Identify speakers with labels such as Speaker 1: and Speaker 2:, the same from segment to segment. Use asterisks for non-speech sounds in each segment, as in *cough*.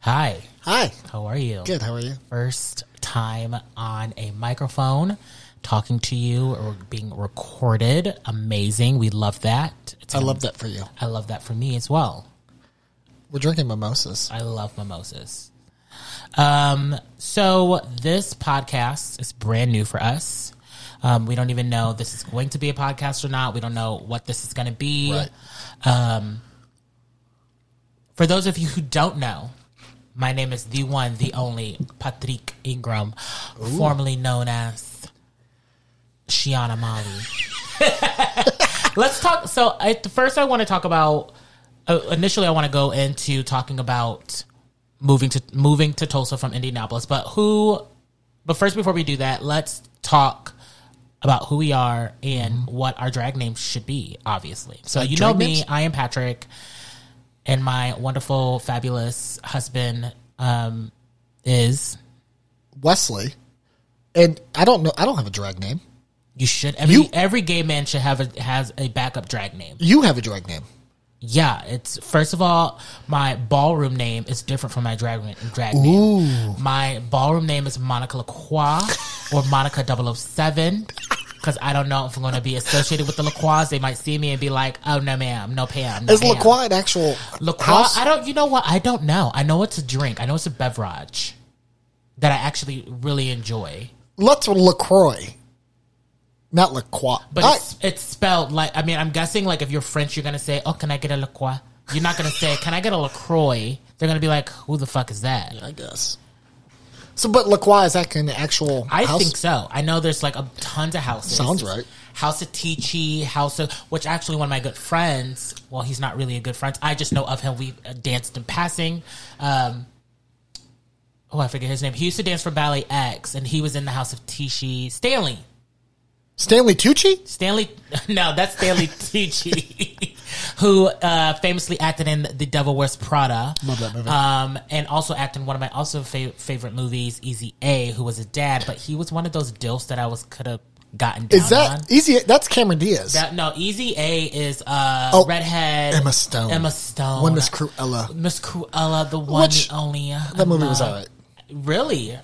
Speaker 1: Hi,
Speaker 2: Hi.
Speaker 1: how are you?
Speaker 2: Good. How are you?
Speaker 1: First time on a microphone talking to you or being recorded. Amazing. We love that. It's
Speaker 2: I love that for you.
Speaker 1: I love that for me as well.
Speaker 2: We're drinking mimosas.
Speaker 1: I love mimosas. Um, so this podcast is brand new for us. Um, we don't even know this is going to be a podcast or not. We don't know what this is going to be.
Speaker 2: Right.
Speaker 1: For those of you who don't know, my name is the one, the only Patrick Ingram, formerly known as Shiana Molly. *laughs* Let's talk. So, at the first, I want to talk about. Uh, initially, I want to go into talking about moving to moving to Tulsa from Indianapolis. But who? But first, before we do that, let's talk about who we are and what our drag names should be. Obviously, so you know
Speaker 2: Mm-hmm. drag
Speaker 1: me.
Speaker 2: names?
Speaker 1: I am Patrick, and my wonderful, fabulous husband um, is.
Speaker 2: Wesley. And I don't know. I don't have a drag name.
Speaker 1: You should every
Speaker 2: You-
Speaker 1: every gay man should have a has a backup drag name.
Speaker 2: You have a drag name.
Speaker 1: Yeah, it's first of all, my ballroom name is different from my drag drag name. My ballroom name is Monica Lacroix
Speaker 2: *laughs*
Speaker 1: or Monica 007 because I don't know if I'm going to be associated with the Lacroix. They might see me and be like, "Oh no, ma'am, no, Pam." No,
Speaker 2: Is
Speaker 1: ma'am."
Speaker 2: LaCroix an actual
Speaker 1: Lacroix?
Speaker 2: house?
Speaker 1: I don't. You know what? I don't know. I know it's a drink. I know it's a beverage that I actually really enjoy.
Speaker 2: Let's LaCroix. Not LaCroix.
Speaker 1: But
Speaker 2: I-
Speaker 1: it's, it's spelled like I mean, I'm guessing like if you're French, you're gonna say, "Oh, can I get a LaCroix?" You're not gonna say, "Can I get a Lacroix?" They're gonna be like, "Who the fuck is that?"
Speaker 2: I guess. So, but LaCroix is that an actual
Speaker 1: I
Speaker 2: house?
Speaker 1: think so. I know there's like a tons of houses.
Speaker 2: Sounds right.
Speaker 1: House of Tichy, House of which actually one of my good friends. Well, he's not really a good friend. I just know of him. We uh, danced in passing. Um, oh, I forget his name. He used to dance for Ballet X, and he was in the House of Tichy. Stanley.
Speaker 2: Stanley Tucci?
Speaker 1: Stanley, *laughs* no, that's
Speaker 2: *laughs*
Speaker 1: Stanley Tucci, *laughs* who uh, famously acted in The Devil Wears Prada.
Speaker 2: Love that movie.
Speaker 1: Um, and also acted in one of my also fa- favorite movies, Easy A, who was a dad, but he was one of those dilfs that I was could have gotten down
Speaker 2: Is that
Speaker 1: on.
Speaker 2: easy? That's Cameron Diaz.
Speaker 1: That- no, Easy A is uh,
Speaker 2: Oh,
Speaker 1: redhead
Speaker 2: Emma Stone.
Speaker 1: Emma Stone.
Speaker 2: When Miss Cruella.
Speaker 1: Miss Cruella, the one,
Speaker 2: Which-
Speaker 1: the only. uh,
Speaker 2: That movie was all right.
Speaker 1: Really,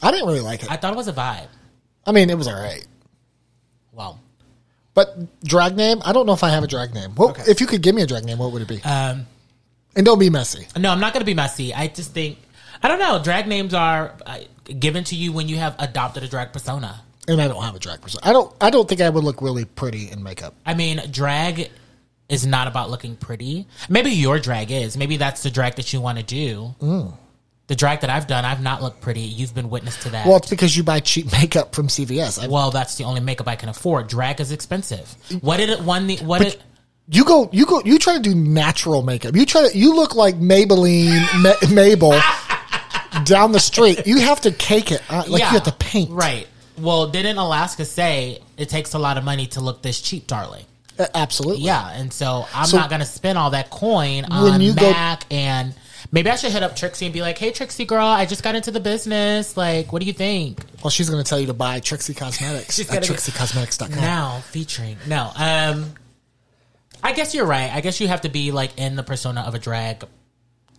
Speaker 2: I didn't really like it.
Speaker 1: I thought it was a vibe.
Speaker 2: I mean, it was all right.
Speaker 1: Wow.
Speaker 2: But drag name? I don't know if I have a drag name. What, If you could give me a drag name, what would it be? Um, and don't be messy.
Speaker 1: No, I'm not going to be messy. I just think I don't know. Drag names are uh, given to you when you have adopted a drag persona.
Speaker 2: And I don't have a drag person. I don't. I don't think I would look really pretty in makeup.
Speaker 1: I mean, drag is not about looking pretty. Maybe your drag is. Maybe that's the drag that you want to do.
Speaker 2: Mm.
Speaker 1: The drag that I've done, I've not looked pretty. You've been witness to that.
Speaker 2: Well, it's because you buy cheap *laughs* makeup from CVS. I,
Speaker 1: Well, that's the only makeup I can afford. Drag is expensive. What did it one? The, what did,
Speaker 2: you go. You go. You try to do natural makeup. You try to. You look like Maybelline Ma-
Speaker 1: *laughs*
Speaker 2: Mabel down the street. You have to cake it. uh, like you have to paint.
Speaker 1: right? Well, didn't Alaska say it takes a lot of money to look this cheap, darling?
Speaker 2: Uh, absolutely.
Speaker 1: Yeah, and so I'm
Speaker 2: So-
Speaker 1: not gonna spend all that coin
Speaker 2: When
Speaker 1: on
Speaker 2: you go-
Speaker 1: Mac and maybe I should hit up Trixie and be like, "Hey, Trixie girl, I just got into the business. Like, what do you think?"
Speaker 2: Well, she's going to tell you to buy Trixie Cosmetics
Speaker 1: She's
Speaker 2: at
Speaker 1: gotta get-
Speaker 2: TrixieCosmetics.com.
Speaker 1: Now featuring no, um, I guess you're right. I guess you have to be like in the persona of a drag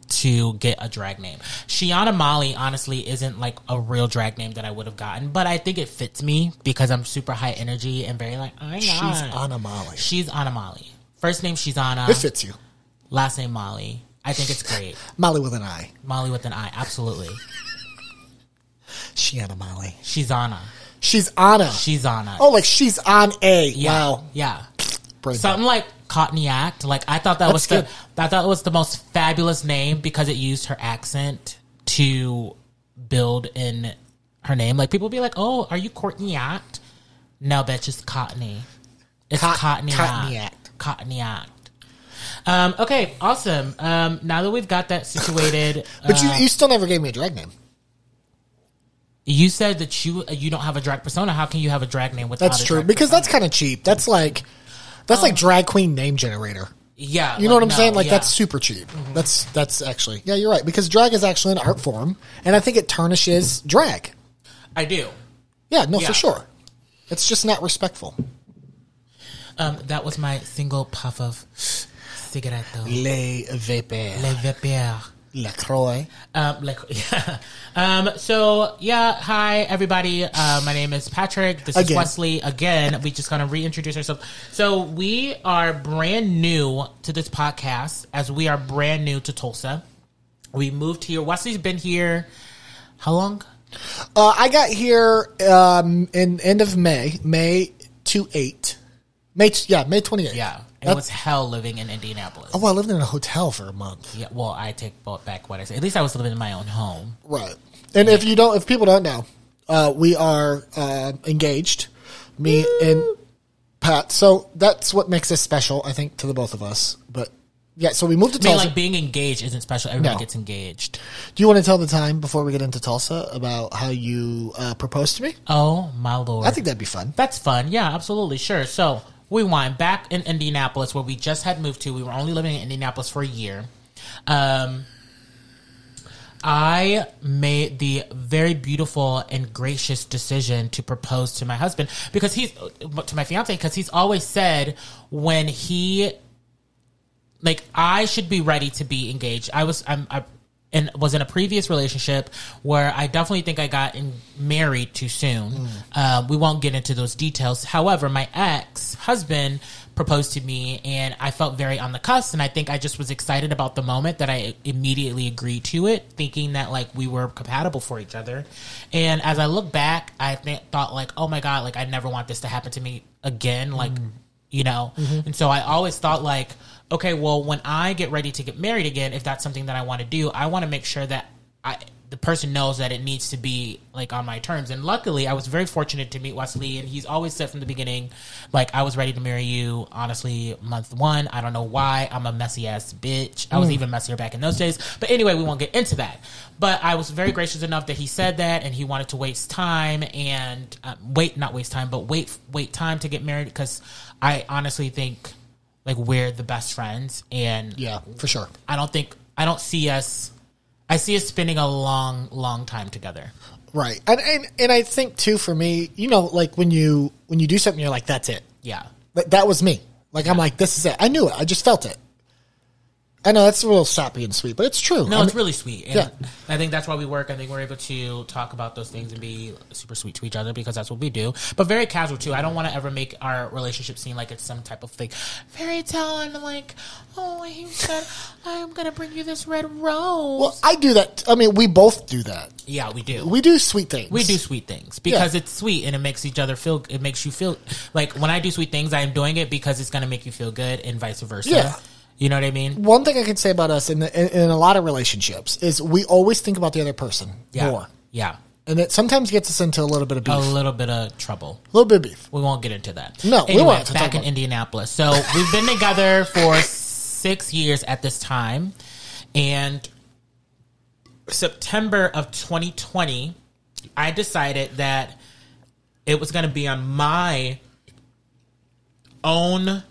Speaker 1: to get a drag name. Shiana Molly honestly isn't like a real drag name that I would have gotten, but I think it fits me because I'm super high energy and very like I'm
Speaker 2: She's
Speaker 1: not.
Speaker 2: Anna Molly.
Speaker 1: She's Anna Molly. First name she's Anna.
Speaker 2: It fits you,
Speaker 1: last name Molly. I think it's great.
Speaker 2: Molly with an I.
Speaker 1: Molly with an I, absolutely.
Speaker 2: She Anna Molly.
Speaker 1: She's Anna.
Speaker 2: She's Anna.
Speaker 1: She's Anna.
Speaker 2: Oh, like she's on a
Speaker 1: yeah.
Speaker 2: wow.
Speaker 1: Yeah.
Speaker 2: Brain
Speaker 1: Something like Cottony Act. Like I thought that was the
Speaker 2: good.
Speaker 1: I thought it was the most fabulous name because it used her accent to build in her name. Like people be like, Oh, are you Courtney Act? No, bitch, it's Cottony. It's
Speaker 2: Cot-
Speaker 1: Cottony
Speaker 2: Cottony
Speaker 1: Act. Cottony Act. Um, okay, awesome. Um, now that we've got that situated,
Speaker 2: But you, you still never gave me a drag name.
Speaker 1: You said that you you don't have a drag persona. How can you have a drag name without?
Speaker 2: That's
Speaker 1: a
Speaker 2: true
Speaker 1: drag
Speaker 2: because that's kind of cheap. That's like that's like drag queen name generator.
Speaker 1: yeah,
Speaker 2: You know what I'm
Speaker 1: no,
Speaker 2: saying? Like
Speaker 1: yeah. Mm-hmm.
Speaker 2: that's super cheap. That's that's actually yeah, you're right because drag is actually an art form, and I think it tarnishes drag.
Speaker 1: I do.
Speaker 2: Yeah, no,
Speaker 1: Yeah.
Speaker 2: for sure. It's just not respectful.
Speaker 1: Um, that was my single puff of cigarette. Le
Speaker 2: Le vapeur.
Speaker 1: vapeur.
Speaker 2: LaCroix.
Speaker 1: Um, like, *laughs* um, so yeah, hi everybody. Uh, my name is Patrick. This
Speaker 2: Again.
Speaker 1: is Wesley. Again, we just gonna reintroduce ourselves. So we are brand new to this podcast, as we are brand new to Tulsa. We moved here. Wesley's been here. How long?
Speaker 2: Uh, I got here um, in end of May, May two eight, May t- yeah May twenty eighth.
Speaker 1: Yeah, it
Speaker 2: That-
Speaker 1: was hell living in Indianapolis.
Speaker 2: Oh, I lived in a hotel for a month.
Speaker 1: Yeah, well, I take bo- back what I said. At least I was living in my own home.
Speaker 2: Right. And if you don't, if people don't know, uh, we are uh, engaged, me and Pat. So that's what makes us special, I think, to the both of us. But yeah, so we moved to
Speaker 1: I mean,
Speaker 2: Tulsa.
Speaker 1: like being engaged isn't special. Everybody
Speaker 2: No.
Speaker 1: gets engaged.
Speaker 2: Do you want to tell the time before we get into Tulsa about how you uh, proposed to me?
Speaker 1: Oh my lord!
Speaker 2: I think that'd be fun.
Speaker 1: That's fun. Yeah, absolutely. Sure. So we wind back in Indianapolis where we just had moved to. We were only living in Indianapolis for a year. Um, I made the very beautiful and gracious decision to propose to my husband because he's to my fiance because he's always said when he like I should be ready to be engaged. I was I'm I and was in a previous relationship where I definitely think I got in, married too soon. Uh, we won't get into those details. However, my ex husband proposed to me, and I felt very on the cusp. And I think I just was excited about the moment that I immediately agreed to it, thinking that like we were compatible for each other. And as I look back, I th- thought like, oh my god, like I never want this to happen to me again. Like you know? And so I always thought like, okay, well, when I get ready to get married again, if that's something that I want to do, I want to make sure that I the person knows that it needs to be like on my terms. And luckily, I was very fortunate to meet Wesley, and he's always said from the beginning, like, I was ready to marry you, honestly, month one. I don't know why. I'm a messy ass bitch. I was even messier back in those days. But anyway, we won't get into that. But I was very gracious enough that he said that, and he wanted to waste time and um, wait, not waste time, but wait, wait time to get married because I honestly think like we're the best friends, and
Speaker 2: Yeah, for sure.
Speaker 1: I don't think I don't see us. I see us spending a long, long time together.
Speaker 2: Right. And, and and I think too for me, you know, like when you when you do something, you're like, that's it.
Speaker 1: Yeah,
Speaker 2: Like, that was me. Like I'm like, this is it. I knew it. I just felt it. I know that's a little sappy and sweet, but it's true.
Speaker 1: no,
Speaker 2: I
Speaker 1: it's
Speaker 2: mean,
Speaker 1: really sweet, and
Speaker 2: Yeah.
Speaker 1: I think that's why we work. I think we're able to talk about those things and be super sweet to each other because that's what we do. But very casual too. I don't want to ever make our relationship seem like it's some type of like fairy tale. And like, oh, he said I'm gonna bring you this red rose.
Speaker 2: well, I do that. I mean, we both do that.
Speaker 1: yeah, we do.
Speaker 2: We do sweet things.
Speaker 1: We do sweet things because it's sweet and it makes each other feel. It makes you feel like when I do sweet things, I am doing it because it's going to make you feel good, and vice versa.
Speaker 2: Yeah.
Speaker 1: You know what I mean?
Speaker 2: One thing I can say about us in, in in a lot of relationships is we always think about the other person
Speaker 1: Yeah.
Speaker 2: more,
Speaker 1: Yeah.
Speaker 2: and it sometimes gets us into a little bit of beef,
Speaker 1: A
Speaker 2: a
Speaker 1: little bit of trouble.
Speaker 2: little bit of beef.
Speaker 1: We won't get into that.
Speaker 2: No, we
Speaker 1: anyway,
Speaker 2: won't have to talk
Speaker 1: back in
Speaker 2: about it.
Speaker 1: Indianapolis. So we've been together for six years at this time, and September of 2020, I decided that it was going to be on my own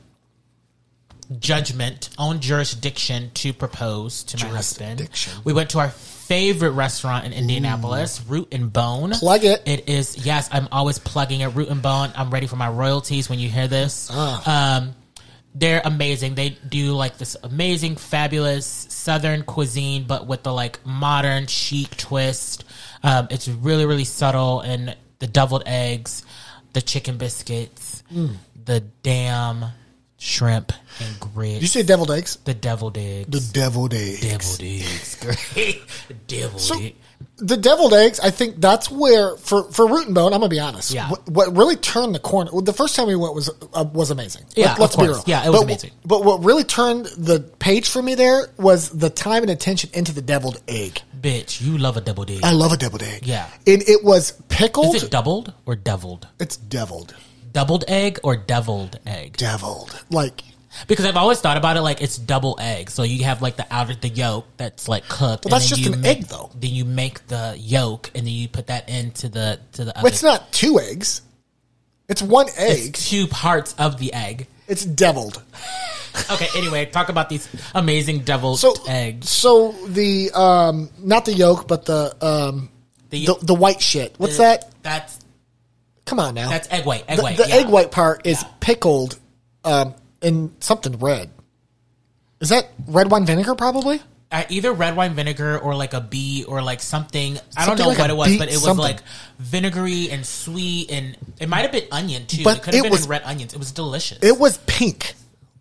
Speaker 1: judgment, own jurisdiction to propose to my husband.
Speaker 2: Jurisdiction. Mm.
Speaker 1: We went to our favorite restaurant in Indianapolis, Root and Bone.
Speaker 2: Plug it.
Speaker 1: It is yes. I'm always plugging it. Root and Bone. I'm ready for my royalties when you hear this.
Speaker 2: Ah.
Speaker 1: Um, they're amazing. They do like this amazing, fabulous Southern cuisine, but with the like modern chic twist. Um, it's really, really subtle. And the deviled eggs, the chicken biscuits,
Speaker 2: Hmm.
Speaker 1: the damn shrimp and grits,
Speaker 2: You say deviled eggs?
Speaker 1: the deviled eggs,
Speaker 2: The deviled eggs.
Speaker 1: deviled eggs, *laughs* deviled egg.
Speaker 2: the deviled eggs, I think that's where for for root and bone. I'm gonna be honest.
Speaker 1: Yeah.
Speaker 2: What, what really turned the corner? well, The first time we went was uh, was amazing.
Speaker 1: Yeah, of
Speaker 2: let's be
Speaker 1: course.
Speaker 2: real.
Speaker 1: Yeah, it was
Speaker 2: But-
Speaker 1: amazing.
Speaker 2: But what really turned the page for me there was the time and attention into the deviled egg.
Speaker 1: Bitch, you love a deviled egg.
Speaker 2: I love a deviled egg.
Speaker 1: Yeah.
Speaker 2: and it was pickled.
Speaker 1: Is it doubled or deviled?
Speaker 2: it's deviled,
Speaker 1: Doubled egg or deviled egg?
Speaker 2: deviled. Like
Speaker 1: Because I've always thought about it like it's double egg. So you have like the outer the yolk that's like cooked.
Speaker 2: Well, that's
Speaker 1: and then
Speaker 2: just
Speaker 1: you
Speaker 2: an
Speaker 1: make-
Speaker 2: egg, though.
Speaker 1: Then you make the yolk and then you put that into the to the oven.
Speaker 2: it's not two eggs. It's one egg.
Speaker 1: It's two parts of the egg.
Speaker 2: It's deviled.
Speaker 1: Okay. Anyway, talk about these amazing deviled
Speaker 2: So
Speaker 1: eggs.
Speaker 2: So the um not the yolk, but the um
Speaker 1: The-
Speaker 2: the the, white shit. What's that?
Speaker 1: That's
Speaker 2: Come on now.
Speaker 1: that's egg white. Egg
Speaker 2: the,
Speaker 1: white.
Speaker 2: the
Speaker 1: yeah.
Speaker 2: egg white part is pickled um, in something red. Is that red wine vinegar? Probably.
Speaker 1: I either red wine vinegar or like a bee or like something. I don't
Speaker 2: Something
Speaker 1: know
Speaker 2: like
Speaker 1: what
Speaker 2: a
Speaker 1: it was,
Speaker 2: beet
Speaker 1: but it was
Speaker 2: something.
Speaker 1: like vinegary and sweet, and it might have been onion too.
Speaker 2: But
Speaker 1: it could have
Speaker 2: it
Speaker 1: been
Speaker 2: was-
Speaker 1: in red onions. It was delicious.
Speaker 2: It was pink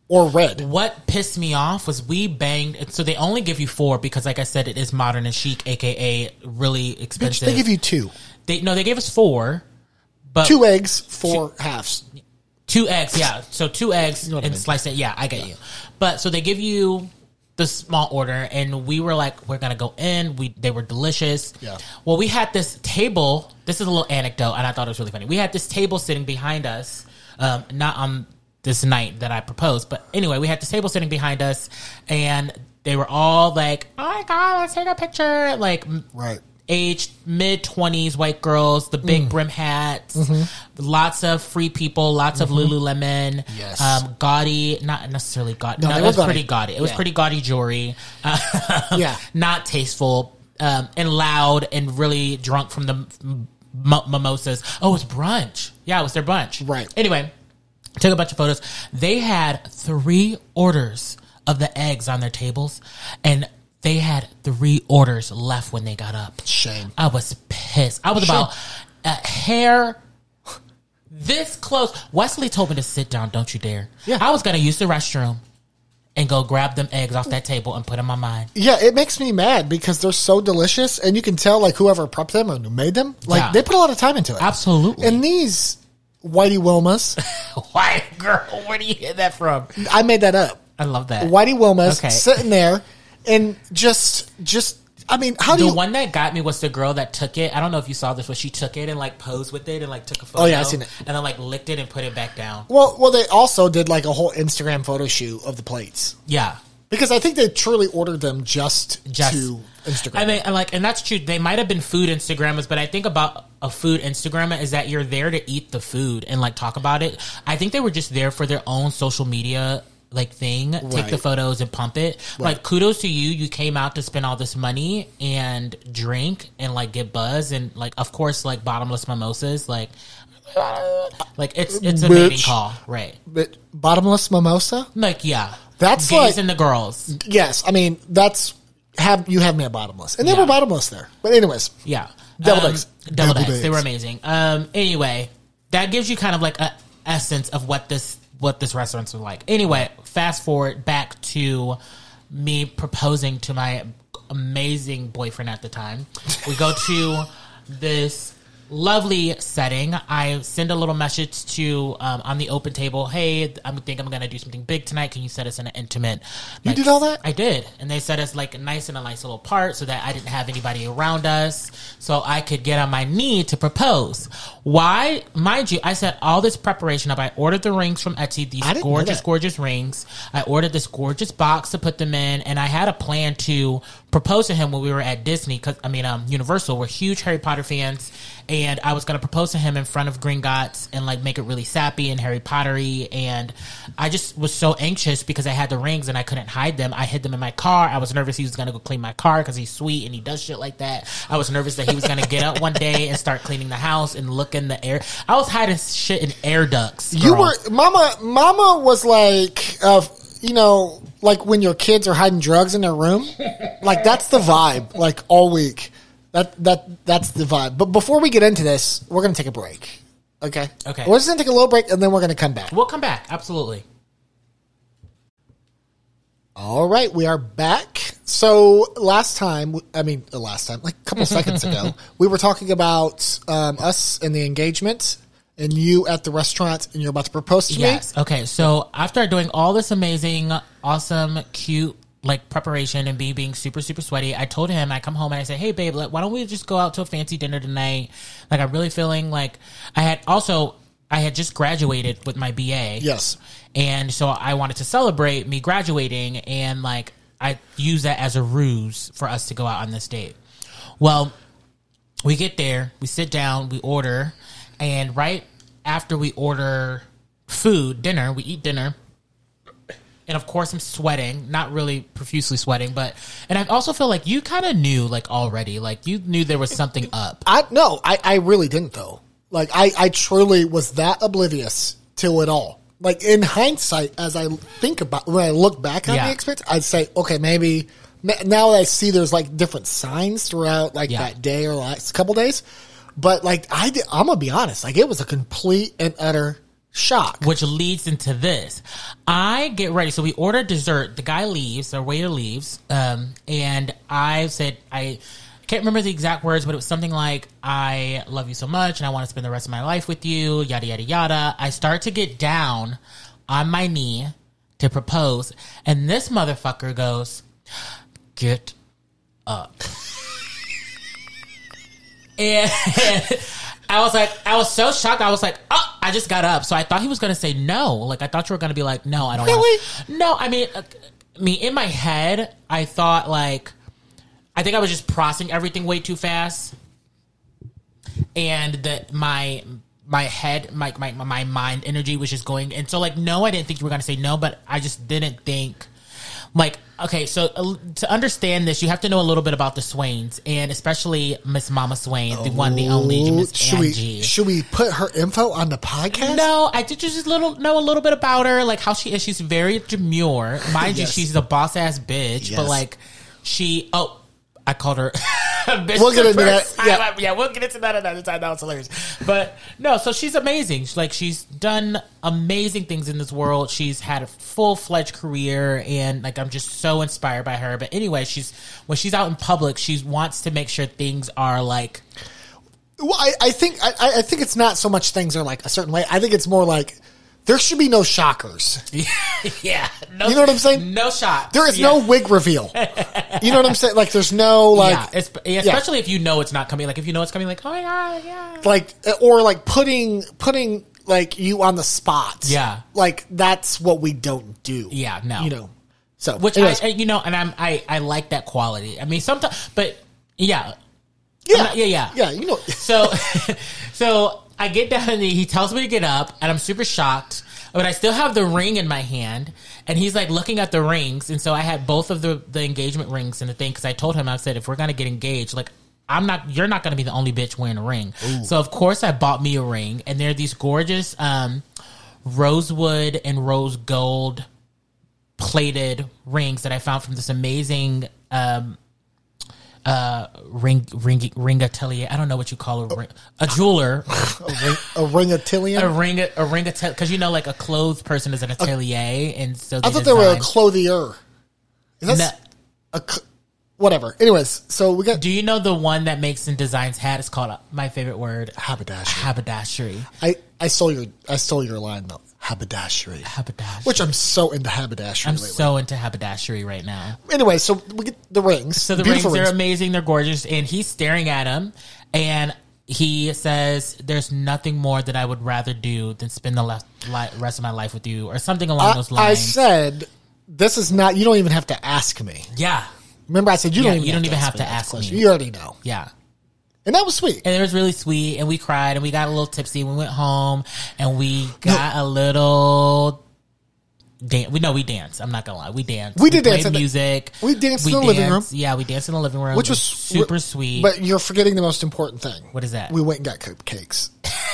Speaker 2: or red.
Speaker 1: what pissed me off was we banged. So they only give you four because, like I said, it is modern and chic, aka really expensive.
Speaker 2: They give you two,
Speaker 1: They- no, they gave us four, but
Speaker 2: two eggs, four halves.
Speaker 1: two eggs. Yeah, so two eggs
Speaker 2: know what I
Speaker 1: and
Speaker 2: mean.
Speaker 1: slice it. Yeah, I get you. But so they give you the small order, and we were like, we're gonna go in. We they were delicious.
Speaker 2: Yeah.
Speaker 1: Well, we had this table. This is a little anecdote, and I thought it was really funny. We had this table sitting behind us, um, not on this night that I proposed, but anyway, we had this table sitting behind us, and they were all like, "Oh my god, let's take a picture!" Like *laughs*
Speaker 2: Right.
Speaker 1: aged mid 20s white girls, the big
Speaker 2: Mm.
Speaker 1: brim hats,
Speaker 2: Mm-hmm.
Speaker 1: lots of free people, lots of Lululemon,
Speaker 2: Yes.
Speaker 1: um, gaudy, not necessarily gaudy. No,
Speaker 2: they
Speaker 1: it
Speaker 2: were
Speaker 1: was
Speaker 2: gaudy.
Speaker 1: pretty gaudy. It was
Speaker 2: Yeah.
Speaker 1: pretty gaudy jewelry,
Speaker 2: Yeah.
Speaker 1: not tasteful, um, and loud and really drunk from the m- m- mimosas. Oh, it was brunch. Yeah, it was their brunch.
Speaker 2: Right.
Speaker 1: Anyway, took a bunch of photos. They had three orders of the eggs on their tables, and they had three orders left when they got up.
Speaker 2: Shame.
Speaker 1: I was pissed. I was about a hair this close. Wesley told me to sit down. Don't you dare.
Speaker 2: Yeah.
Speaker 1: I was gonna use the restroom and go grab them eggs off that table and put them on mine.
Speaker 2: Yeah, it makes me mad because they're so delicious, and you can tell like whoever prepped them or who made them, like
Speaker 1: Yeah.
Speaker 2: they put a lot of time into it.
Speaker 1: Absolutely.
Speaker 2: And these Whitey Wilmas,
Speaker 1: *laughs*
Speaker 2: *laughs*
Speaker 1: White girl, where do you hear that from?
Speaker 2: I made that up.
Speaker 1: I love that.
Speaker 2: Whitey Wilmus
Speaker 1: Okay.
Speaker 2: sitting there and just just I mean, how do
Speaker 1: The
Speaker 2: you
Speaker 1: one that got me was the girl that took it. I don't know if you saw this, but she took it and like posed with it and like took a photo.
Speaker 2: Oh, yeah, I seen it.
Speaker 1: And then like licked it and put it back down.
Speaker 2: Well well they also did like a whole Instagram photo shoot of the plates.
Speaker 1: Yeah.
Speaker 2: Because I think they truly ordered them just,
Speaker 1: Just-
Speaker 2: to Instagram.
Speaker 1: I mean, and like, and that's true. They might have been food Instagrammers, but I think about a food Instagrammer is that you're there to eat the food and like talk about it. I think they were just there for their own social media like thing, take the
Speaker 2: Right.
Speaker 1: photos and pump it. Like, kudos to you. You came out to spend all this money and drink and like get buzz and like, of course, like bottomless mimosas. Like, like it's it's a mating
Speaker 2: Bitch.
Speaker 1: call, right?
Speaker 2: but bottomless mimosa?
Speaker 1: Like, yeah,
Speaker 2: That's
Speaker 1: gays
Speaker 2: like-
Speaker 1: and the girls.
Speaker 2: Yes. I mean, that's have you have me at bottomless. And they
Speaker 1: Yeah.
Speaker 2: were bottomless there. But anyways.
Speaker 1: Yeah.
Speaker 2: Deviled
Speaker 1: Um,
Speaker 2: eggs.
Speaker 1: Deviled
Speaker 2: Deviled
Speaker 1: eggs. They were
Speaker 2: eggs.
Speaker 1: amazing. Um, anyway, that gives you kind of like a essence of what this what this restaurants were like. Anyway, fast forward back to me proposing to my amazing boyfriend at the time. We go to this lovely setting. I send a little message to um, on the open table. Hey, I think I'm gonna do something big tonight. Can you set us in an intimate?
Speaker 2: You did all that?
Speaker 1: I did, and they set us like nice in a nice little part so that I didn't have anybody around us, so I could get on my knee to propose. Why, mind you, I set all this preparation up. I ordered the rings from Etsy, these
Speaker 2: I didn't know
Speaker 1: gorgeous,
Speaker 2: that.
Speaker 1: gorgeous rings. I ordered this gorgeous box to put them in, and I had a plan to propose to him when we were at Disney. Because I mean, um, Universal, we're huge Harry Potter fans, and I was going to propose to him in front of Gringotts and like make it really sappy and Harry Pottery. And I just was so anxious because I had the rings and I couldn't hide them. I hid them in my car. I was nervous he was going to go clean my car because he's sweet and he does shit like that. I was nervous that he was going to get up one day and start cleaning the house and look in the air. I was hiding shit in air ducts.
Speaker 2: You
Speaker 1: girl.
Speaker 2: were mama. Mama was like, uh, you know, like when your kids are hiding drugs in their room. like that's the vibe. Like all week. That that that's the vibe. But before we get into this, we're gonna take a break. Okay.
Speaker 1: Okay.
Speaker 2: We're just gonna take a little break and then we're gonna come back.
Speaker 1: We'll come back. Absolutely.
Speaker 2: All right, we are back. So last time, I mean, uh, last time, like a couple seconds ago, we were talking about um, us and the engagement, and you at the restaurant, and you're about to propose to me.
Speaker 1: Yes. Okay. So after doing all this amazing, awesome, cute like preparation and me being super super sweaty, I told him I come home and I said, "Hey babe, like, why don't we just go out to a fancy dinner tonight? Like I'm really feeling like I had also I had just graduated with my BA.
Speaker 2: Yes.
Speaker 1: And so I wanted to celebrate me graduating and like I use that as a ruse for us to go out on this date. Well, we get there, we sit down, we order, and right after we order food, dinner, we eat dinner. And of course, I'm sweating, not really profusely sweating, but, and I also feel like you kind of knew, like, already, like, you knew there was something up.
Speaker 2: I no, I, I really didn't though. Like I, I truly was that oblivious to it all. Like in hindsight, as I think about when I look back on
Speaker 1: Yeah.
Speaker 2: the experience, I'd say, okay, maybe Ma- Now that I see there's like different signs throughout like
Speaker 1: Yeah.
Speaker 2: that day or last couple days, but like I did, I'm gonna be honest, like it was a complete and utter shock.
Speaker 1: which leads into this. I get ready. So we order dessert. The guy leaves, the waiter leaves. Um, and I said, I can't remember the exact words, but it was something like, I love you so much and I want to spend the rest of my life with you, yada, yada, yada. I start to get down on my knee to propose. And this motherfucker goes, Get And I was like, I was so shocked. I was like, oh, I just got up. So I thought he was going to say no. Like, I thought you were going to be like, no, I don't wanna-
Speaker 2: Really?
Speaker 1: No, I mean, uh, I mean, in my head, I thought, like, I think I was just processing everything way too fast. And that my. My head, my, my my mind energy was just going, and so like, no, I didn't think you were gonna say no, but I just didn't think like okay so uh, to understand this you have to know a little bit about the swains and especially miss mama swain the one the only
Speaker 2: Ooh,
Speaker 1: miss
Speaker 2: should
Speaker 1: angie
Speaker 2: we should we put her info on the podcast?
Speaker 1: no, I did just little know a little bit about her, like how she is. She's very demure, mind
Speaker 2: Yes.
Speaker 1: you. She's a boss ass bitch, but
Speaker 2: Yes.
Speaker 1: like she. Oh, I called her. *laughs* a bitch
Speaker 2: We'll get
Speaker 1: the
Speaker 2: into
Speaker 1: first
Speaker 2: that, yeah.
Speaker 1: time. I- yeah, we'll get into that another time. That was hilarious. But no, so she's amazing. She's like she's done amazing things in this world. She's had a full fledged career, and like I'm just so inspired by her. But anyway, she's when she's out in public, she wants to make sure things are like *laughs*
Speaker 2: Well, I, I think I, I I think it's not so much things are like a certain way. I think it's more like there should be no shockers.
Speaker 1: yeah. No,
Speaker 2: You know what I'm saying?
Speaker 1: No shot.
Speaker 2: There is
Speaker 1: Yeah.
Speaker 2: no wig reveal. You know what I'm saying? Like there's no like
Speaker 1: yeah, it's, especially if you know it's not coming. Like if you know it's coming, like oh my god, yeah,
Speaker 2: like or like putting putting like you on the spot.
Speaker 1: Yeah.
Speaker 2: like that's what we don't do.
Speaker 1: yeah, no,
Speaker 2: you know. So
Speaker 1: which I,
Speaker 2: anyways,
Speaker 1: I- you know, and I'm I I like that quality. I mean, sometimes, but yeah,
Speaker 2: yeah,
Speaker 1: yeah, yeah.
Speaker 2: yeah. You know, *laughs*
Speaker 1: So, *laughs* so I get down and he tells me to get up, and I'm super shocked. But I still have the ring in my hand, and he's like looking at the rings. And so I had both of the the engagement rings in the thing because I told him I said if we're gonna get engaged, like. I'm not. You're not going to be the only bitch wearing a ring. So of course I bought me a ring, and they're these gorgeous um, rosewood and rose gold plated rings that I found from this amazing um, uh, ring ring ring atelier. I don't know what you call a ring, a jeweler,
Speaker 2: a ring, a ring
Speaker 1: a
Speaker 2: atelier.
Speaker 1: ring a ring atelier because you know like a clothes person is an atelier, and so they
Speaker 2: I thought they were a
Speaker 1: design-
Speaker 2: clothier. Is that
Speaker 1: No.
Speaker 2: a cl- whatever? Anyways, so we got
Speaker 1: Do you know the one that makes and designs hats? It's called a, my favorite word
Speaker 2: haberdashery.
Speaker 1: haberdashery.
Speaker 2: I I stole your I stole your line though. Haberdashery,
Speaker 1: Haberdashery.
Speaker 2: which I'm so into haberdashery
Speaker 1: I'm
Speaker 2: lately.
Speaker 1: so into haberdashery right now.
Speaker 2: anyway, so we get the rings.
Speaker 1: So the
Speaker 2: beautiful
Speaker 1: rings, they're amazing. They're gorgeous. And he's staring at him and he says, There's nothing more that I would rather do than spend the left, li- rest of my life with you or something along those
Speaker 2: I, I
Speaker 1: lines.
Speaker 2: said, "This is not. You don't even have to ask me."
Speaker 1: yeah.
Speaker 2: Remember, I said you
Speaker 1: Yeah,
Speaker 2: don't. Even
Speaker 1: you don't even
Speaker 2: ask
Speaker 1: have
Speaker 2: me
Speaker 1: to
Speaker 2: that
Speaker 1: ask
Speaker 2: question.
Speaker 1: me.
Speaker 2: You already know,
Speaker 1: Yeah.
Speaker 2: and that was sweet.
Speaker 1: And it was really sweet. And we cried and we got a little tipsy. We went home and we got a little. Dan- we know we danced. I'm not gonna lie. We danced.
Speaker 2: We did dance
Speaker 1: played
Speaker 2: in the-
Speaker 1: music.
Speaker 2: we danced in the living room.
Speaker 1: Yeah, we danced in the living room,
Speaker 2: Which
Speaker 1: It
Speaker 2: was
Speaker 1: super sweet.
Speaker 2: But you're forgetting the most important thing.
Speaker 1: What is that?
Speaker 2: We went and got cupcakes.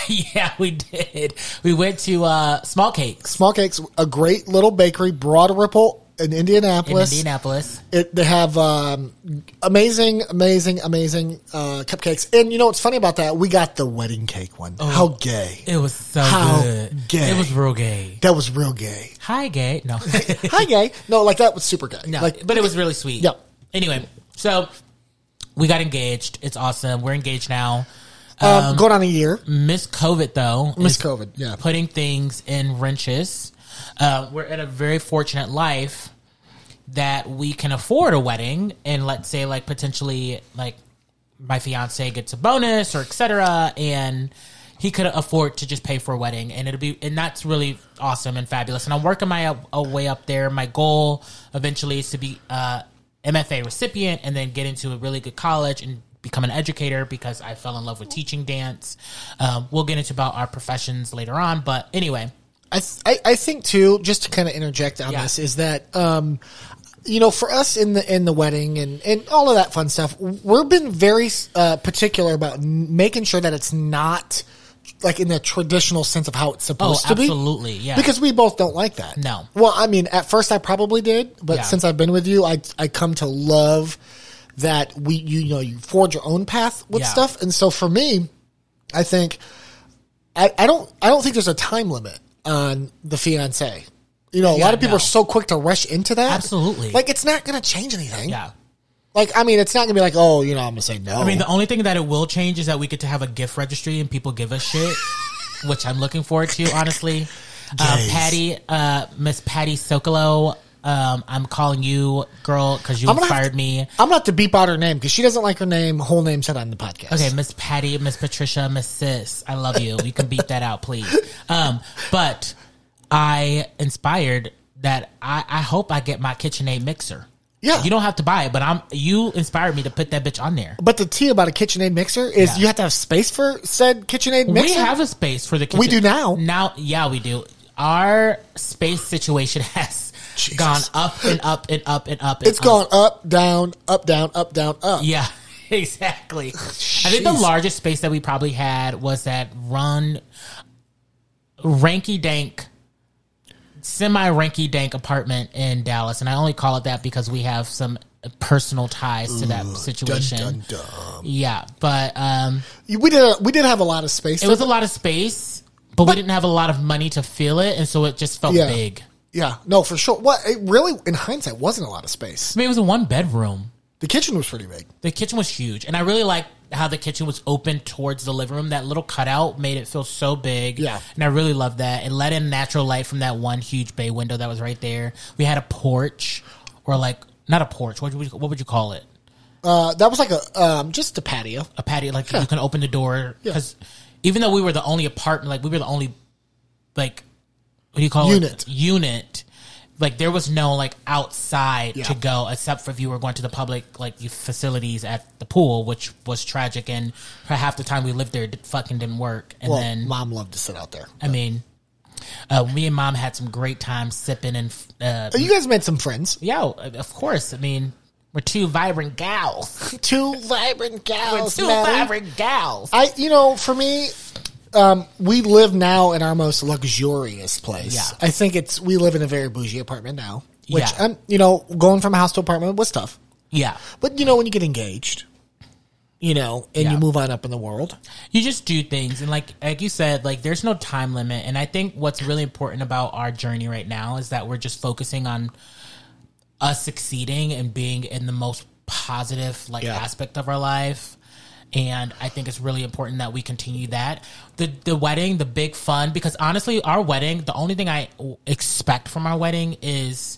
Speaker 1: *laughs* yeah, we did. We went to uh, Small Cakes
Speaker 2: Small Cakes, a great little bakery, Broad Ripple in
Speaker 1: in
Speaker 2: Indianapolis.
Speaker 1: Indianapolis.
Speaker 2: It, they have um, amazing, amazing, amazing uh, cupcakes. And you know what's funny about that? We got the wedding cake one.
Speaker 1: Oh.
Speaker 2: How gay.
Speaker 1: It was so
Speaker 2: How
Speaker 1: good.
Speaker 2: gay.
Speaker 1: It was real gay.
Speaker 2: that was real gay.
Speaker 1: Hi, gay.
Speaker 2: *laughs*
Speaker 1: No,
Speaker 2: Hi, gay. No, like that was super gay.
Speaker 1: no.
Speaker 2: Like,
Speaker 1: but it was really sweet.
Speaker 2: Yep.
Speaker 1: Anyway, so we got engaged. It's awesome. We're engaged now.
Speaker 2: um, going on a year.
Speaker 1: Miss COVID though.
Speaker 2: Miss
Speaker 1: is
Speaker 2: COVID, yeah.
Speaker 1: Putting things in wrenches. Uh, we're in a very fortunate life that we can afford a wedding, and let's say like potentially like my fiance gets a bonus or etc. And he could afford to just pay for a wedding, and it'll be and that's really awesome and fabulous. And I'm working my up, uh, way up there. My goal eventually is to be uh, MFA recipient and then get into a really good college and become an educator because I fell in love with teaching dance. Um, we'll get into about our professions later on, but anyway,
Speaker 2: I, th- I I think too, just to kind of interject on
Speaker 1: Yeah.
Speaker 2: this, is that um, you know, for us in the in the wedding and and all of that fun stuff, we've been very uh, particular about n- making sure that it's not like in the traditional sense of how it's
Speaker 1: Oh,
Speaker 2: supposed to be.
Speaker 1: absolutely. Yeah.
Speaker 2: Because we both don't like that.
Speaker 1: No.
Speaker 2: Well, I mean, at first I probably did, but
Speaker 1: Yeah.
Speaker 2: since I've been with you, I I come to love that we you, know you forge your own path with
Speaker 1: Yeah.
Speaker 2: stuff, and so for me, I think I, I don't I don't think there's a time limit on the fiance. You know, a lot of people
Speaker 1: no.
Speaker 2: are so quick to rush into that.
Speaker 1: Absolutely.
Speaker 2: Like it's not going to change anything.
Speaker 1: yeah.
Speaker 2: Like I mean, it's not going to be like, oh, you know, I'm going to say no.
Speaker 1: I mean, the only thing that it will change is that we get to have a gift registry and people give us
Speaker 2: *laughs*
Speaker 1: shit, which I'm looking forward to, honestly. Uh,
Speaker 2: Gays.
Speaker 1: Patty, uh, Miss Patty Sokolow, um, I'm calling you, girl, because you
Speaker 2: I'm gonna have
Speaker 1: inspired
Speaker 2: to-
Speaker 1: me.
Speaker 2: I'm not to beep out her name because she doesn't like her name, whole name said on the podcast.
Speaker 1: Okay, Miss Patty, Miss Patricia, Miss Sis, I love you. You can beat that out,
Speaker 2: *laughs*
Speaker 1: please. Um, but I inspired that. I, I hope I get my KitchenAid mixer.
Speaker 2: Yeah.
Speaker 1: you don't have to buy it, but I'm. You inspired me to put that bitch on there.
Speaker 2: But the tea about a KitchenAid mixer is
Speaker 1: Yeah.
Speaker 2: you have to have space for said KitchenAid mixer.
Speaker 1: We have a space for the kitchen.
Speaker 2: do now.
Speaker 1: Now, yeah, we do. Our space situation *laughs* has
Speaker 2: Jesus.
Speaker 1: gone up and up and up and up. And
Speaker 2: It's
Speaker 1: up.
Speaker 2: gone up, down, up, down, up, down, up.
Speaker 1: Yeah, *laughs* exactly. I think the
Speaker 2: Jeez.
Speaker 1: largest space that we probably had was that run ranky dank, semi ranky dank apartment in Dallas. And I only call it that because we have some personal ties to that
Speaker 2: Dun,
Speaker 1: situation.
Speaker 2: dun, dun.
Speaker 1: Yeah, but um,
Speaker 2: We did. A, we did have a lot of space.
Speaker 1: it was a lot of space, but, we didn't have a lot of money to fill it. And so it just felt
Speaker 2: Yeah.
Speaker 1: big.
Speaker 2: yeah, no, for sure. What it really, in hindsight, wasn't a lot of space.
Speaker 1: I mean, it was a one bedroom.
Speaker 2: The kitchen was pretty big.
Speaker 1: The kitchen was huge, and I really liked how the kitchen was open towards the living room. That little cutout made it feel so big.
Speaker 2: Yeah.
Speaker 1: and I really loved that. It let in natural light from that one huge bay window that was right there. We had a porch, or like not a porch. What would you, what would you call it?
Speaker 2: Uh, that was like a um, just a patio.
Speaker 1: A patio. Like you can open the door because even though we were the only apartment, like we were the only like what do you call
Speaker 2: Unit.
Speaker 1: it unit. Like there was no like outside
Speaker 2: Yeah.
Speaker 1: to go except for if you were going to the public like you- facilities at the pool, which was tragic. And for half the time we lived there, it fucking didn't work. And
Speaker 2: Well,
Speaker 1: then
Speaker 2: mom loved to sit out there.
Speaker 1: I mean, uh, me and mom had some great time sipping and uh,
Speaker 2: You guys made some friends.
Speaker 1: yeah, of course. I mean, we're two vibrant gals.
Speaker 2: Two vibrant
Speaker 1: We're *laughs*
Speaker 2: gals.
Speaker 1: two
Speaker 2: Maddie.
Speaker 1: vibrant gals.
Speaker 2: I, you know, for me, um, we live now in our most luxurious place.
Speaker 1: Yeah.
Speaker 2: I think it's we live in a very bougie apartment now, which
Speaker 1: Yeah.
Speaker 2: um, you know, going from a house to apartment was tough.
Speaker 1: Yeah.
Speaker 2: But you know, when you get engaged, you know, and you
Speaker 1: Yeah.
Speaker 2: move on up in the world,
Speaker 1: you just do things and like like you said like there's no time limit and i think what's really important about our journey right now is that we're just focusing on us succeeding and being in the most positive like
Speaker 2: Yeah.
Speaker 1: aspect of our life and i think it's really important that we continue that the the wedding the big fun because honestly our wedding the only thing i w- expect from our wedding is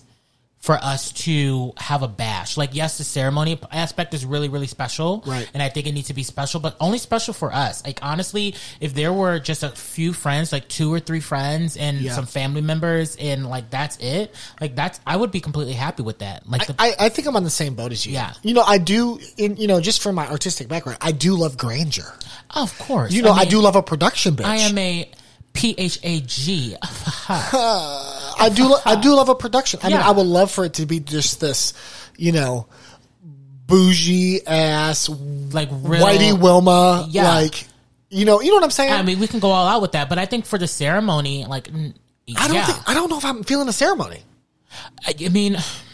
Speaker 1: for us to have a bash like yes the ceremony aspect is really really special
Speaker 2: Right.
Speaker 1: and I think it needs to be special, but only special for us. Like honestly, if there were just a few friends, like two or three friends and
Speaker 2: Yeah.
Speaker 1: some family members, and like that's it, like that's I would be completely happy with that. Like the,
Speaker 2: I, I think I'm on the same boat as you.
Speaker 1: Yeah.
Speaker 2: you know, I do. In you know, just from my artistic background, I do love grandeur.
Speaker 1: of course,
Speaker 2: You know, I,
Speaker 1: mean,
Speaker 2: do love a production bitch.
Speaker 1: I am a P H A G.
Speaker 2: I do. Lo- I do love a production. I mean,
Speaker 1: Yeah.
Speaker 2: I would love for it to be just this, you know, bougie ass
Speaker 1: Like real.
Speaker 2: Whitey Wilma,
Speaker 1: Yeah.
Speaker 2: like you know, you know what I'm saying.
Speaker 1: I mean, we can go all out with that, but I think for the ceremony, like n-
Speaker 2: I don't
Speaker 1: yeah,
Speaker 2: think I don't know if I'm feeling a ceremony.
Speaker 1: I- I mean.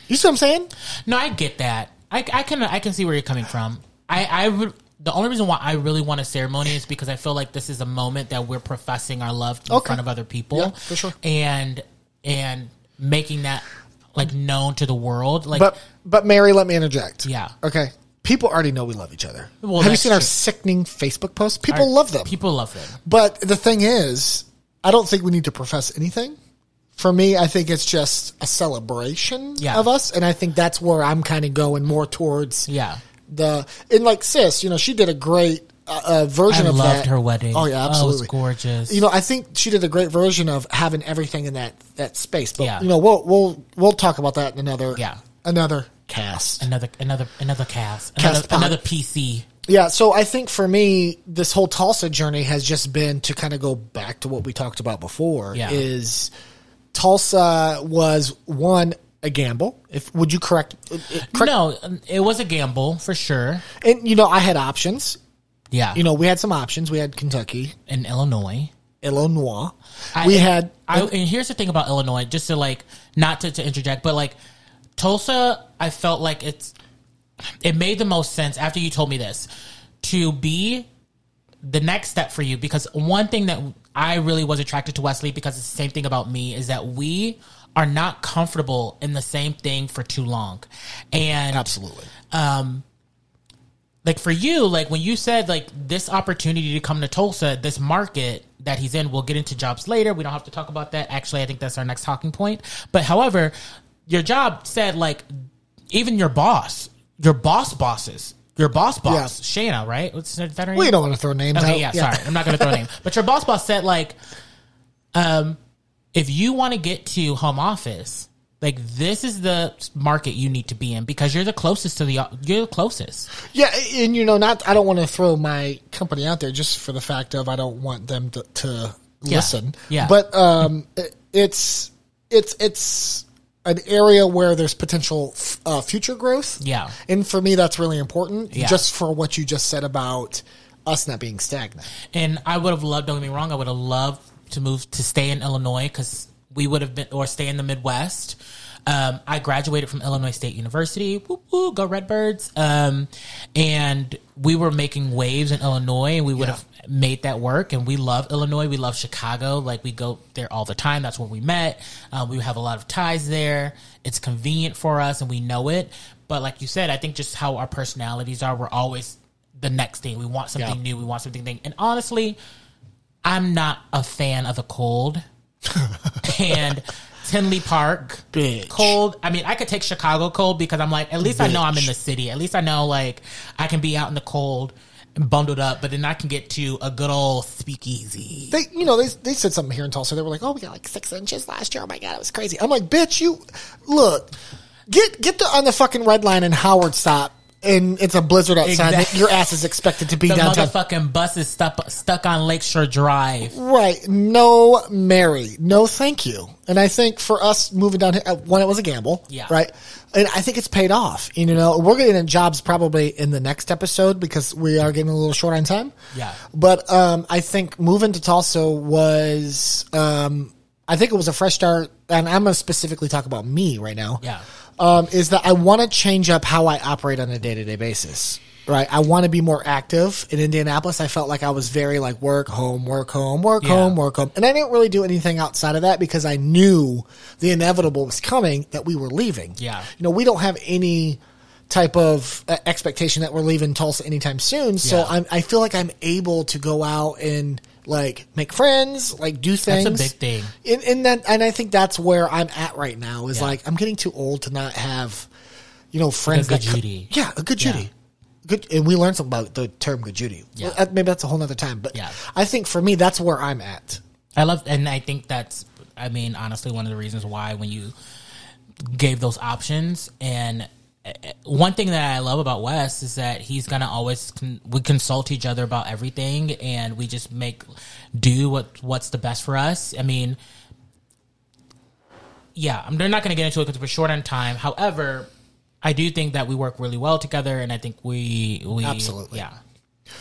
Speaker 2: You see what I'm saying?
Speaker 1: No, I get that. I, I can I can see where you're coming from. I I would. The only reason why I really want a ceremony is because I feel like this is a moment that we're professing our love in
Speaker 2: Okay.
Speaker 1: front of other people,
Speaker 2: Yeah, for sure.
Speaker 1: and and making that like known to the world. Like,
Speaker 2: But but Mary, let me interject.
Speaker 1: Yeah.
Speaker 2: Okay. People already know we love each other.
Speaker 1: Well,
Speaker 2: Have you
Speaker 1: that's
Speaker 2: seen our
Speaker 1: true.
Speaker 2: sickening Facebook posts? People love them.
Speaker 1: people love them.
Speaker 2: but the thing is, I don't think we need to profess anything. For me, I think it's just a celebration
Speaker 1: Yeah.
Speaker 2: of us, and I think that's where I'm kind of going more towards.
Speaker 1: Yeah,
Speaker 2: The and like sis, you know, she did a great uh, uh, version
Speaker 1: I
Speaker 2: of
Speaker 1: loved
Speaker 2: that.
Speaker 1: her wedding.
Speaker 2: Oh yeah,
Speaker 1: it
Speaker 2: absolutely.
Speaker 1: was gorgeous.
Speaker 2: you know, I think she did a great version of having everything in that that space. But
Speaker 1: Yeah.
Speaker 2: you know, we'll we'll we'll talk about that in another
Speaker 1: Yeah.
Speaker 2: another cast.
Speaker 1: another another another cast,
Speaker 2: Cast pod.
Speaker 1: another, another PC.
Speaker 2: Yeah, so I think for me, this whole Tulsa journey has just been to kind of go back to what we talked about before.
Speaker 1: Yeah.
Speaker 2: Is Tulsa was one a gamble? If would you correct?
Speaker 1: um, No, it was a gamble for sure.
Speaker 2: And you know, I had options.
Speaker 1: Yeah.
Speaker 2: You know, we had some options. We had Kentucky,
Speaker 1: in Illinois.
Speaker 2: Illinois.
Speaker 1: I-
Speaker 2: we had
Speaker 1: I, and here's the thing about Illinois, just to like not to, to interject, but like Tulsa, I felt like it's it made the most sense after you told me this to be the next step for you because one thing that I really was attracted to Wesley because it's the same thing about me is that we are not comfortable in the same thing for too long. And
Speaker 2: absolutely.
Speaker 1: like for you, like when you said like this opportunity to come to Tulsa, this market that he's in, we'll get into jobs later. We don't have to talk about that. Actually, I think that's our next talking point. But however, your job said like even your boss, your boss bosses, your boss boss, Shayna, right? What's her that her
Speaker 2: We
Speaker 1: name?
Speaker 2: don't want to throw names out.
Speaker 1: Okay, yeah, sorry. I'm not going to throw
Speaker 2: *laughs*
Speaker 1: a name. But your boss boss said, like, um, if you want to get to home office, like this is the market you need to be in because you're the closest to the you're the closest.
Speaker 2: Yeah, and you know, not I don't want to throw my company out there just for the fact of I don't want them to, to listen.
Speaker 1: Yeah.
Speaker 2: but um, it, it's it's it's an area where there's potential f- uh, future growth.
Speaker 1: Yeah.
Speaker 2: and for me, that's really important.
Speaker 1: Yeah.
Speaker 2: just for what you just said about us not being stagnant.
Speaker 1: And I would have loved. Don't get me wrong. I would have loved to move to stay in Illinois because we would have been or stay in the Midwest. Um, I graduated from Illinois State University. Woo woo, go Redbirds! Um, and we were making waves in Illinois, and we would have made that work. And we love Illinois. We love Chicago. Like we go there all the time. That's where we met. Um, we have a lot of ties there. It's convenient for us, and we know it. But like you said, I think just how our personalities are, we're always the next thing. We want something
Speaker 2: Yeah.
Speaker 1: new. We want something thing. And honestly, I'm not a fan of the
Speaker 2: *laughs*
Speaker 1: cold. and Tinley Park
Speaker 2: Bitch.
Speaker 1: cold. I mean, I could take Chicago cold because I'm like, at least I know I'm in the city. At least I know like I can be out in the cold and bundled up, but then I can get to a good old speakeasy.
Speaker 2: They, you know, they they said something here in Tulsa. They were like, "Oh, we got like six inches last year. Oh my god, it was crazy." I'm like, "Bitch, you look, get get the, on the fucking red line in Howard stop." And it's a blizzard outside.
Speaker 1: Exactly.
Speaker 2: Your ass is expected to be
Speaker 1: The
Speaker 2: downtown.
Speaker 1: motherfucking bus is stuck stuck on Lakeshore Drive.
Speaker 2: Right. No, Mary. No, thank you. And I think for us moving down here, uh, one, it was a gamble.
Speaker 1: Yeah.
Speaker 2: Right. And I think it's paid off. And, you know, we're getting into jobs probably in the next episode because we are getting a little short on time.
Speaker 1: Yeah.
Speaker 2: But um, I think moving to Tulsa was, um, I think it was a fresh start. And I'm going to specifically talk about me right now.
Speaker 1: Yeah.
Speaker 2: Um, is that I want to change up how I operate on a day to day basis. Right. I want to be more active. In Indianapolis, I felt like I was very like work, home, work, home, work,
Speaker 1: Yeah.
Speaker 2: home, work, home. And I didn't really do anything outside of that because I knew the inevitable was coming that we were leaving.
Speaker 1: Yeah.
Speaker 2: You know, we don't have any type of uh, expectation that we're leaving Tulsa anytime soon. So
Speaker 1: Yeah.
Speaker 2: I'm, I feel like I'm able to go out and like make friends, like do things.
Speaker 1: a big thing.
Speaker 2: And, and then, and I think that's where I'm at right now is
Speaker 1: Yeah.
Speaker 2: like, I'm getting too old to not have, you know, friends.
Speaker 1: good
Speaker 2: that co-
Speaker 1: Judy.
Speaker 2: yeah, a good Judy. Good, and we learned something about the term good Judy.
Speaker 1: Yeah.
Speaker 2: Well, uh, Maybe that's a whole nother time, but
Speaker 1: Yeah.
Speaker 2: I think for me, that's where I'm at.
Speaker 1: I love, and I think that's, I mean, honestly, one of the reasons why when you gave those options, and uh, uh, one thing that I love about Wes is that he's gonna always con- we consult each other about everything, and we just make do what what's the best for us. I mean, yeah, I'm they're not going to get into it because we're short on time. However, I do think that we work really well together, and I think we we
Speaker 2: Absolutely.
Speaker 1: yeah.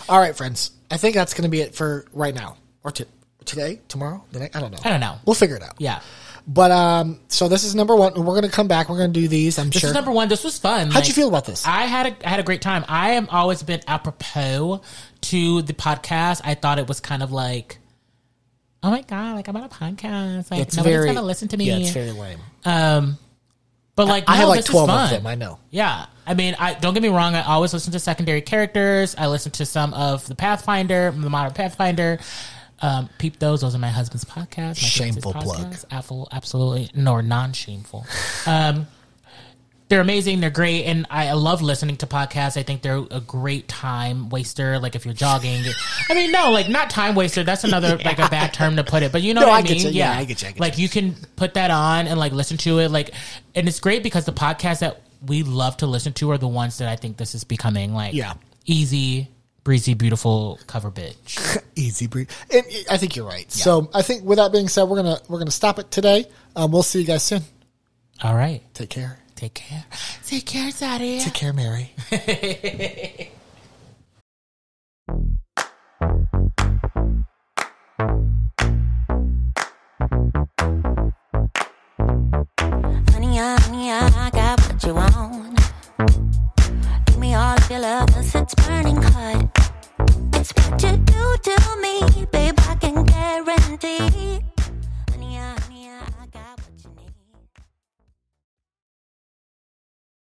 Speaker 2: All right, friends. I think that's going to be it for right now or to today, tomorrow, the next, I don't know.
Speaker 1: I don't know.
Speaker 2: We'll figure it out.
Speaker 1: Yeah,
Speaker 2: But um, so this is number one. and We're going to come back. We're going to do these. I'm
Speaker 1: this
Speaker 2: sure.
Speaker 1: is number one. This was fun.
Speaker 2: How'd you feel about this?
Speaker 1: I had a I had a great time. I am always been apropos to the podcast. I thought it was kind of like, oh my god, like I'm on a podcast. Like nobody's gonna listen to me.
Speaker 2: Yeah, it's very lame.
Speaker 1: but like
Speaker 2: I
Speaker 1: no,
Speaker 2: had like
Speaker 1: this is
Speaker 2: 12 of
Speaker 1: fun.
Speaker 2: them. I know.
Speaker 1: Yeah, I mean, I don't get me wrong. I always listen to secondary characters. I listen to some of the Pathfinder, the modern Pathfinder. Um, peep those. Those are my husband's podcast. My fiance's
Speaker 2: Shameful plug.
Speaker 1: Apple, absolutely, nor non-shameful. Um, they're amazing. They're great, and I I love listening to podcasts. I think they're a great time waster. Like if you're jogging, I mean, no, like not time waster. That's another like
Speaker 2: *laughs*
Speaker 1: a bad term to put it. But you know
Speaker 2: No,
Speaker 1: what I,
Speaker 2: I get
Speaker 1: mean?
Speaker 2: you. Yeah, I get you. I get
Speaker 1: like you can put that on and like listen to it. Like, and it's great because the podcasts that we love to listen to are the ones that I think this is becoming. Like,
Speaker 2: Yeah.
Speaker 1: easy, breezy, beautiful cover bitch.
Speaker 2: Easy breathe. And uh, I think you're right. So I think with that being said, we're gonna we're gonna stop it today. Um, we'll see you guys soon.
Speaker 1: All right,
Speaker 2: Take care.
Speaker 1: take care, take care, Zadie.
Speaker 2: Take care, Mary.